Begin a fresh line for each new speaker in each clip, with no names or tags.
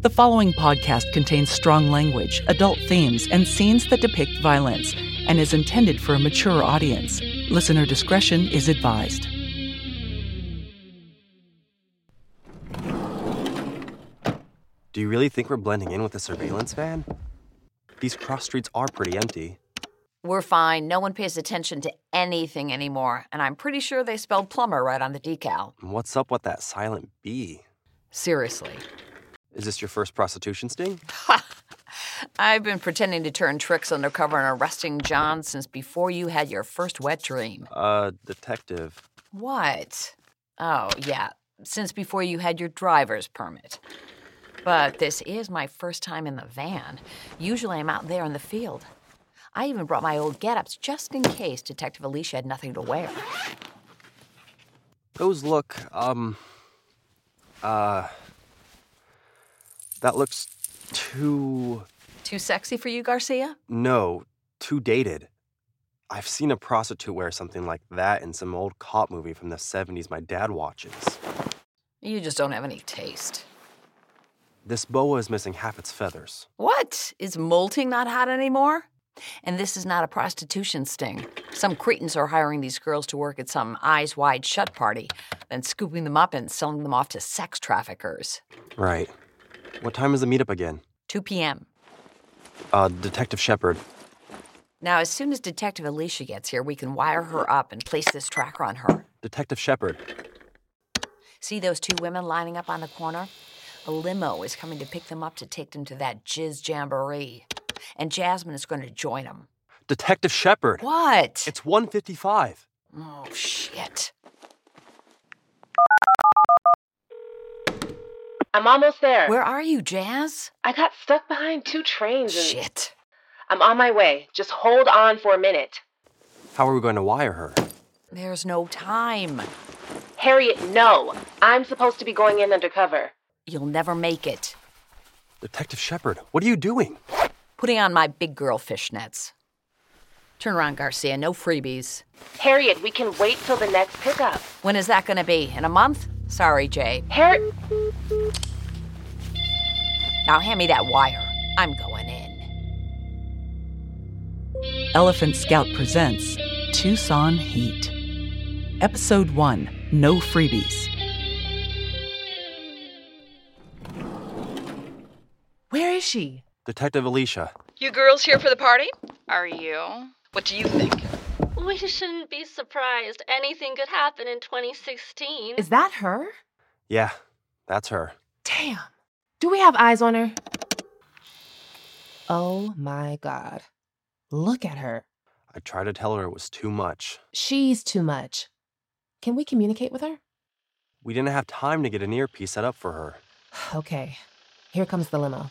The following podcast contains strong language, adult themes, and scenes that depict violence and is intended for a mature audience. Listener discretion is advised.
Do you really think we're blending in with the surveillance van? These cross streets are pretty empty.
We're fine. No one pays attention to anything anymore, and I'm pretty sure they spelled plumber right on the decal.
And What's up with that silent B?
Seriously.
Is this your first prostitution sting?
I've been pretending to turn tricks undercover and arresting John since before you had your first wet dream.
Uh, detective.
What? Oh, yeah, since before you had your driver's permit. But this is my first time in the van. Usually I'm out there in the field. I even brought my old get-ups just in case Detective Alicia had nothing to wear.
Those look, um. Uh. That looks too.
Too sexy for you, Garcia?
No, too dated. I've seen a prostitute wear something like that in some old cop movie from the 70s my dad watches.
You just don't have any taste.
This boa is missing half its feathers.
What? Is molting not hot anymore? And this is not a prostitution sting. Some cretins are hiring these girls to work at some eyes wide shut party, then scooping them up and selling them off to sex traffickers.
Right. What time is the meetup again?
2 p.m.
Uh, Detective Shepard.
Now, as soon as Detective Alicia gets here, we can wire her up and place this tracker on her.
Detective Shepard.
See those two women lining up on the corner? A limo is coming to pick them up to take them to that jizz jamboree. And Jasmine is going to join them.
Detective Shepard!
What?
It's 155.
Oh, shit.
I'm almost there.
Where are you, Jazz?
I got stuck behind two trains and
Shit.
I'm on my way. Just hold on for a minute.
How are we going to wire her?
There's no time.
Harriet, no. I'm supposed to be going in undercover.
You'll never make it.
Detective Shepard, what are you doing?
Putting on my big girl fishnets. Turn around, Garcia. No freebies.
Harriet, we can wait till the next pickup.
When is that going to be? In a month? Sorry, Jay.
Harriet,
Now hand me that wire. I'm going in.
Elephant Scout presents Tucson Heat. Episode 1 No Freebies.
Where is she?
Detective Alicia.
You girls here for the party? Are you? What do you think?
We shouldn't be surprised. Anything could happen in 2016.
Is that her?
Yeah, that's her.
Damn. Do we have eyes on her? Oh my god. Look at her.
I tried to tell her it was too much.
She's too much. Can we communicate with her?
We didn't have time to get an earpiece set up for her.
Okay. Here comes the limo.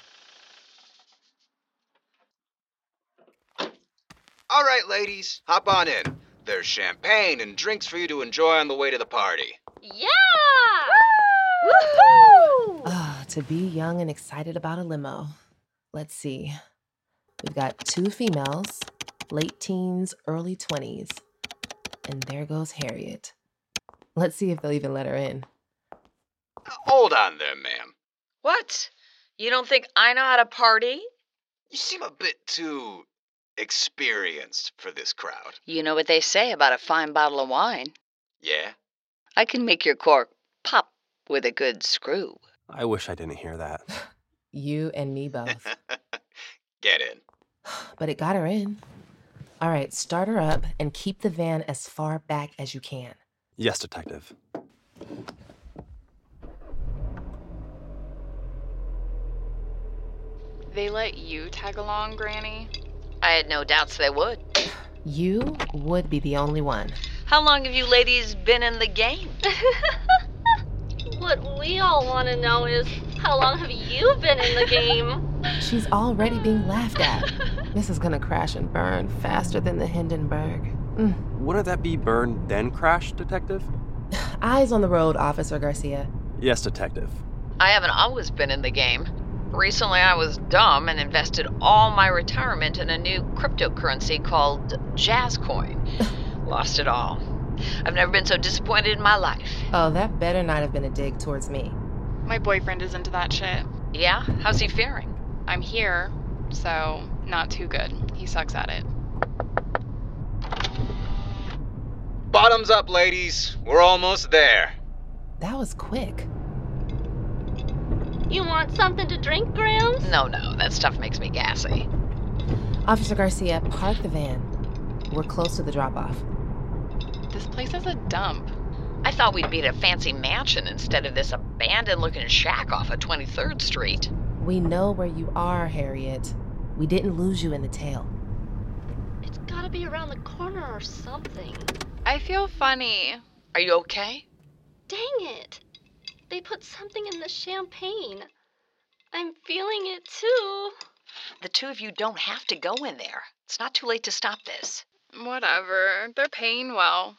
All right, ladies, hop on in. There's champagne and drinks for you to enjoy on the way to the party.
Yeah!
Ah, to be young and excited about a limo. Let's see. We've got two females, late teens, early 20s. And there goes Harriet. Let's see if they'll even let her in.
Uh, Hold on there, ma'am.
What? You don't think I know how to party?
You seem a bit too experienced for this crowd.
You know what they say about a fine bottle of wine.
Yeah?
I can make your cork pop with a good screw.
I wish I didn't hear that.
You and me both.
Get in.
but it got her in. All right, start her up and keep the van as far back as you can.
Yes, Detective.
They let you tag along, Granny?
I had no doubts they would.
You would be the only one.
How long have you ladies been in the game?
What we all want to know is how long have you been in the game?
She's already being laughed at. this is gonna crash and burn faster than the Hindenburg. Mm.
Wouldn't that be burn then crash, Detective?
Eyes on the road, Officer Garcia.
Yes, Detective.
I haven't always been in the game. Recently, I was dumb and invested all my retirement in a new cryptocurrency called Jazzcoin. Lost it all. I've never been so disappointed in my life.
Oh, that better not have been a dig towards me.
My boyfriend is into that shit.
Yeah? How's he faring?
I'm here, so not too good. He sucks at it.
Bottoms up, ladies. We're almost there.
That was quick.
You want something to drink, Grams?
No, no, that stuff makes me gassy.
Officer Garcia, park the van. We're close to the drop off.
This place is a dump.
I thought we'd be at a fancy mansion instead of this abandoned looking shack off of 23rd Street.
We know where you are, Harriet. We didn't lose you in the tail.
It's gotta be around the corner or something.
I feel funny.
Are you okay?
Dang it! They put something in the champagne. I'm feeling it too.
The two of you don't have to go in there. It's not too late to stop this.
Whatever. They're paying well.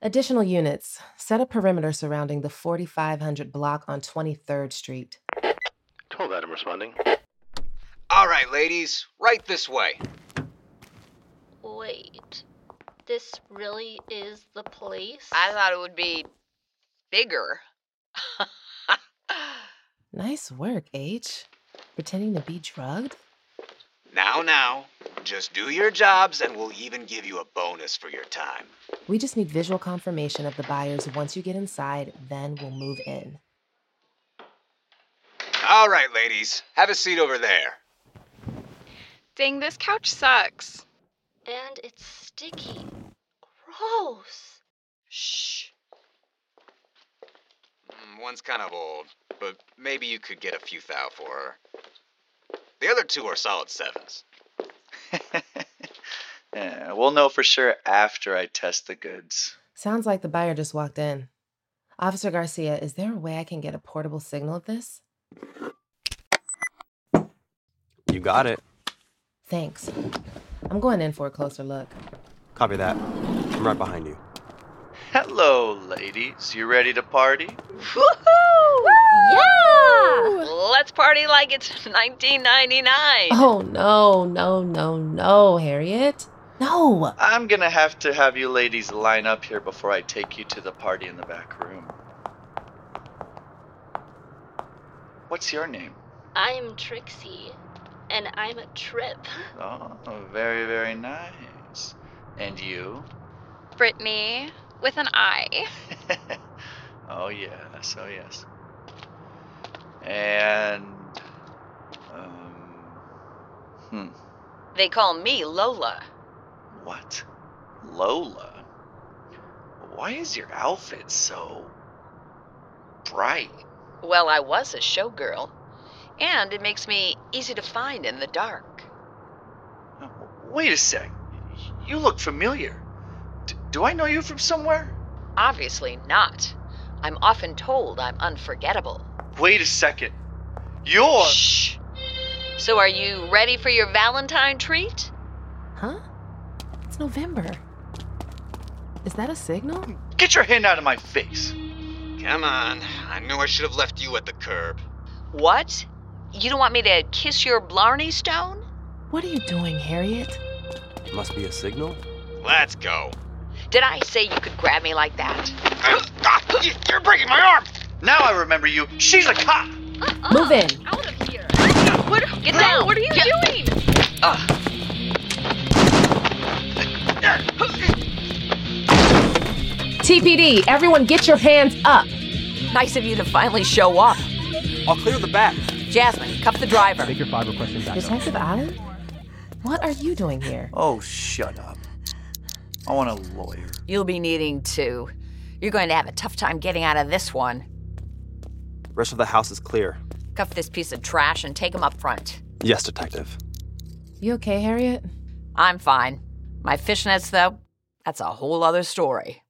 Additional units. Set a perimeter surrounding the 4500 block on 23rd Street.
Told that I'm responding.
All right, ladies, right this way.
Wait. This really is the place?
I thought it would be bigger.
Nice work, H. Pretending to be drugged?
Now, now, just do your jobs and we'll even give you a bonus for your time.
We just need visual confirmation of the buyers once you get inside, then we'll move in.
All right, ladies, have a seat over there.
Dang, this couch sucks.
And it's sticky. Gross.
Shh.
Mm, One's kind of old, but maybe you could get a few thou for her. The other two are solid sevens.
yeah, we'll know for sure after I test the goods.
Sounds like the buyer just walked in. Officer Garcia, is there a way I can get a portable signal of this?
You got it.
Thanks. I'm going in for a closer look.
Copy that. I'm right behind you.
Hello, ladies. You ready to party?
Woohoo!
Yeah!
Let's party like it's 1999.
Oh, no, no, no, no, Harriet. No!
I'm gonna have to have you ladies line up here before I take you to the party in the back room. What's your name?
I'm Trixie, and I'm a trip.
Oh, very, very nice. And you?
Brittany, with an I.
oh, yes, oh, yes. And. Um. Hmm.
They call me Lola.
What? Lola? Why is your outfit so bright?
Well, I was a showgirl, and it makes me easy to find in the dark.
Oh, Wait a sec. You look familiar. D- do I know you from somewhere?
Obviously not. I'm often told I'm unforgettable.
Wait a second. You're.
Shh. So, are you ready for your Valentine treat?
Huh? It's November. Is that a signal?
Get your hand out of my face.
Come on, I knew I should have left you at the curb.
What? You don't want me to kiss your Blarney Stone?
What are you doing, Harriet?
Must be a signal?
Let's go.
Did I say you could grab me like that?
You're breaking my arm!
Now I remember you. She's a cop.
Uh-uh.
Move in.
Out of here.
What? Get down!
What are you
Get-
doing?
Ugh.
TPD, everyone get your hands up!
Nice of you to finally show up.
I'll clear the back.
Jasmine, cuff the driver.
Take your five requesting back up.
Detective Allen? What are you doing here?
Oh, shut up. I want a lawyer.
You'll be needing two. You're going to have a tough time getting out of this one.
Rest of the house is clear.
Cuff this piece of trash and take him up front.
Yes, detective.
You okay, Harriet?
I'm fine. My fishnets, though, that's a whole other story.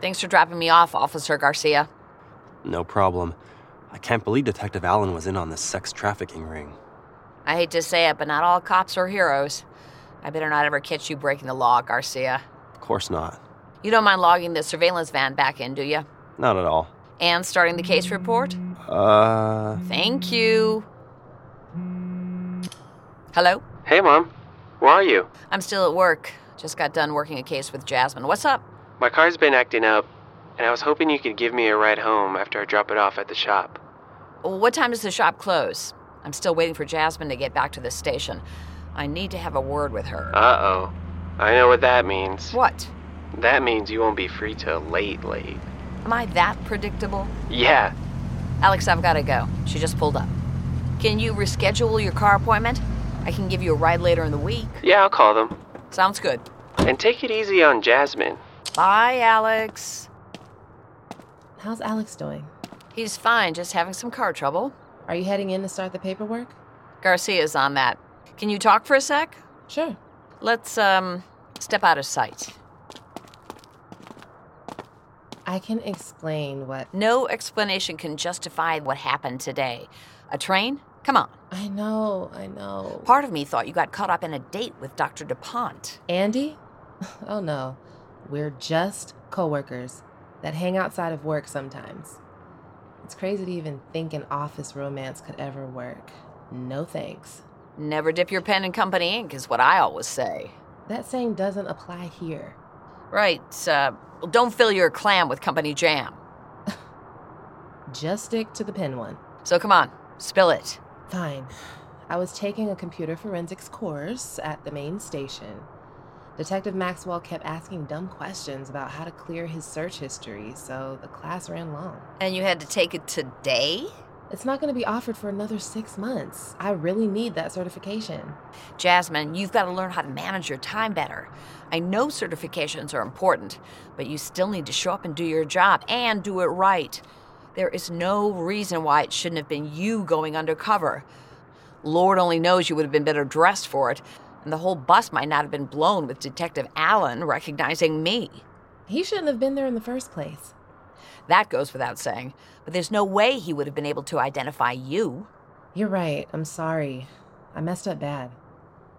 Thanks for dropping me off, Officer Garcia.
No problem. I can't believe Detective Allen was in on this sex trafficking ring.
I hate to say it, but not all cops are heroes. I better not ever catch you breaking the law, Garcia.
Of course not.
You don't mind logging the surveillance van back in, do you?
Not at all.
And starting the case report?
Uh.
Thank you. Hello?
Hey, Mom.
Where are you?
I'm still at work. Just got done working a case with Jasmine. What's up?
My car's been acting up, and I was hoping you could give me a ride home after I drop it off at the shop.
Well, what time does the shop close? I'm still waiting for Jasmine to get back to the station. I need to have a word with her.
Uh oh. I know what that means.
What?
That means you won't be free till late, late.
Am I that predictable?
Yeah.
Alex, I've got to go. She just pulled up. Can you reschedule your car appointment? I can give you a ride later in the week.
Yeah, I'll call them.
Sounds good.
And take it easy on Jasmine.
Bye, Alex.
How's Alex doing?
He's fine, just having some car trouble.
Are you heading in to start the paperwork?
Garcia's on that. Can you talk for a sec?
Sure.
Let's um step out of sight.
I can explain what.
No explanation can justify what happened today. A train? Come on.
I know, I know.
Part of me thought you got caught up in a date with Dr. DuPont.
Andy? Oh no. We're just coworkers that hang outside of work sometimes. It's crazy to even think an office romance could ever work. No thanks.
Never dip your pen in company ink is what I always say.
That saying doesn't apply here.
Right, uh, well, don't fill your clam with company jam.
Just stick to the pen one.
So come on, spill it.
Fine. I was taking a computer forensics course at the main station. Detective Maxwell kept asking dumb questions about how to clear his search history, so the class ran long.
And you had to take it today?
It's not going to be offered for another six months. I really need that certification.
Jasmine, you've got to learn how to manage your time better. I know certifications are important, but you still need to show up and do your job and do it right. There is no reason why it shouldn't have been you going undercover. Lord only knows you would have been better dressed for it, and the whole bus might not have been blown with Detective Allen recognizing me.
He shouldn't have been there in the first place.
That goes without saying, but there's no way he would have been able to identify you.
You're right. I'm sorry. I messed up bad.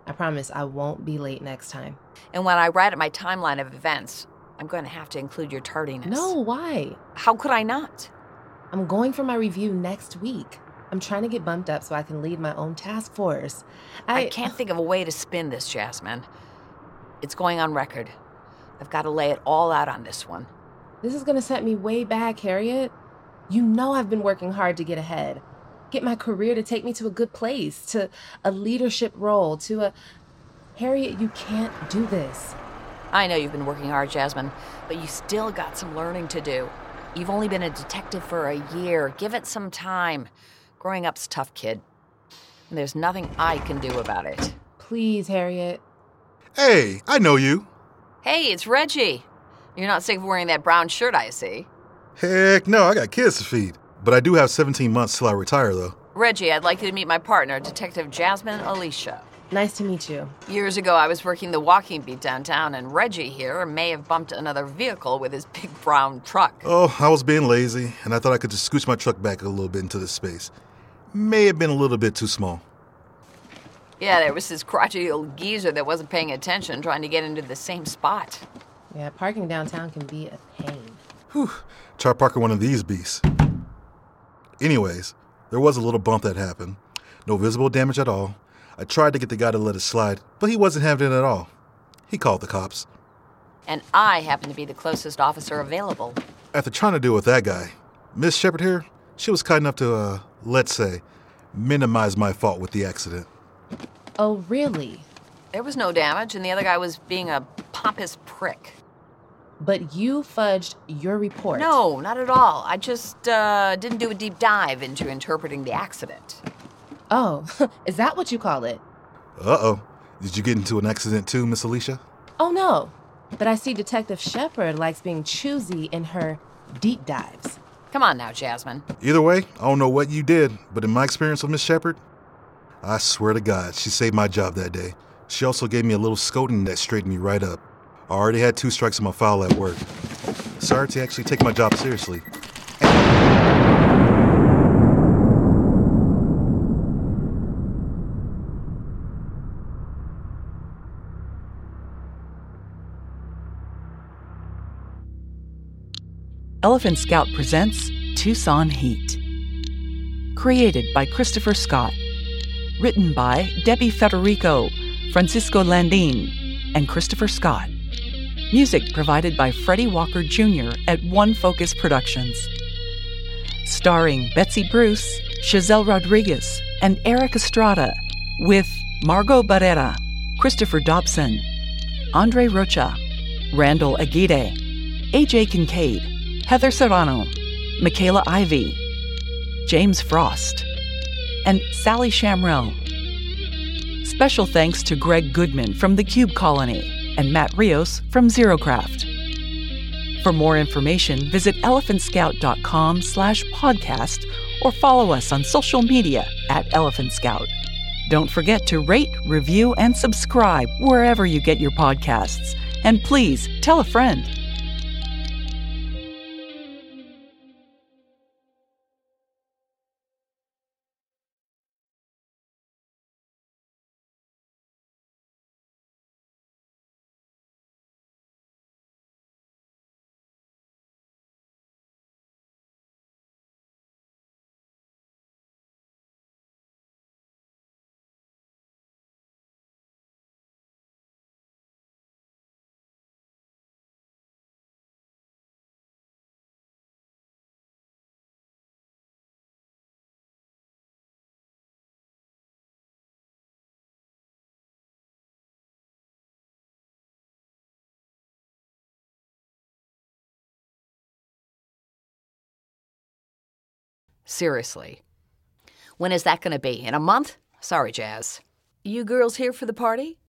I promise I won't be late next time.
And when I write up my timeline of events, I'm going to have to include your tardiness.
No, why?
How could I not?
I'm going for my review next week. I'm trying to get bumped up so I can lead my own task force.
I, I can't think of a way to spin this, Jasmine. It's going on record. I've got to lay it all out on this one.
This is going to set me way back, Harriet. You know I've been working hard to get ahead, get my career to take me to a good place, to a leadership role, to a. Harriet, you can't do this.
I know you've been working hard, Jasmine, but you still got some learning to do. You've only been a detective for a year. Give it some time. Growing up's tough, kid. And there's nothing I can do about it.
Please, Harriet.
Hey, I know you.
Hey, it's Reggie. You're not sick of wearing that brown shirt, I see.
Heck no, I got kids to feed. But I do have 17 months till I retire, though.
Reggie, I'd like you to meet my partner, Detective Jasmine Alicia.
Nice to meet you.
Years ago, I was working the walking beat downtown, and Reggie here may have bumped another vehicle with his big brown truck.
Oh, I was being lazy, and I thought I could just scooch my truck back a little bit into this space. May have been a little bit too small.
Yeah, there was this crotchety old geezer that wasn't paying attention trying to get into the same spot.
Yeah, parking downtown can be a pain.
Whew. Try parking one of these beasts. Anyways, there was a little bump that happened. No visible damage at all. I tried to get the guy to let it slide, but he wasn't having it at all. He called the cops.
And I happened to be the closest officer available.
After trying to deal with that guy, Miss Shepard here, she was kind enough to, uh, let's say, minimize my fault with the accident.
Oh, really?
There was no damage, and the other guy was being a pompous prick.
But you fudged your report.
No, not at all. I just uh, didn't do a deep dive into interpreting the accident.
Oh, is that what you call it?
Uh oh. Did you get into an accident too, Miss Alicia?
Oh, no. But I see Detective Shepard likes being choosy in her deep dives.
Come on now, Jasmine.
Either way, I don't know what you did, but in my experience with Miss Shepard, I swear to God, she saved my job that day. She also gave me a little scolding that straightened me right up. I already had two strikes in my file at work. Sorry to actually take my job seriously.
Elephant Scout presents Tucson Heat. Created by Christopher Scott. Written by Debbie Federico. Francisco Landin, and Christopher Scott. Music provided by Freddie Walker Jr. at One Focus Productions. Starring Betsy Bruce, Giselle Rodriguez, and Eric Estrada, with Margot Barrera, Christopher Dobson, Andre Rocha, Randall Aguirre, AJ Kincaid, Heather Serrano, Michaela Ivy, James Frost, and Sally Shamrell. Special thanks to Greg Goodman from The Cube Colony and Matt Rios from ZeroCraft. For more information, visit elephantscout.com slash podcast or follow us on social media at Elephant Scout. Don't forget to rate, review, and subscribe wherever you get your podcasts. And please tell a friend.
Seriously. When is that going to be? In a month? Sorry, Jazz. You girls here for the party?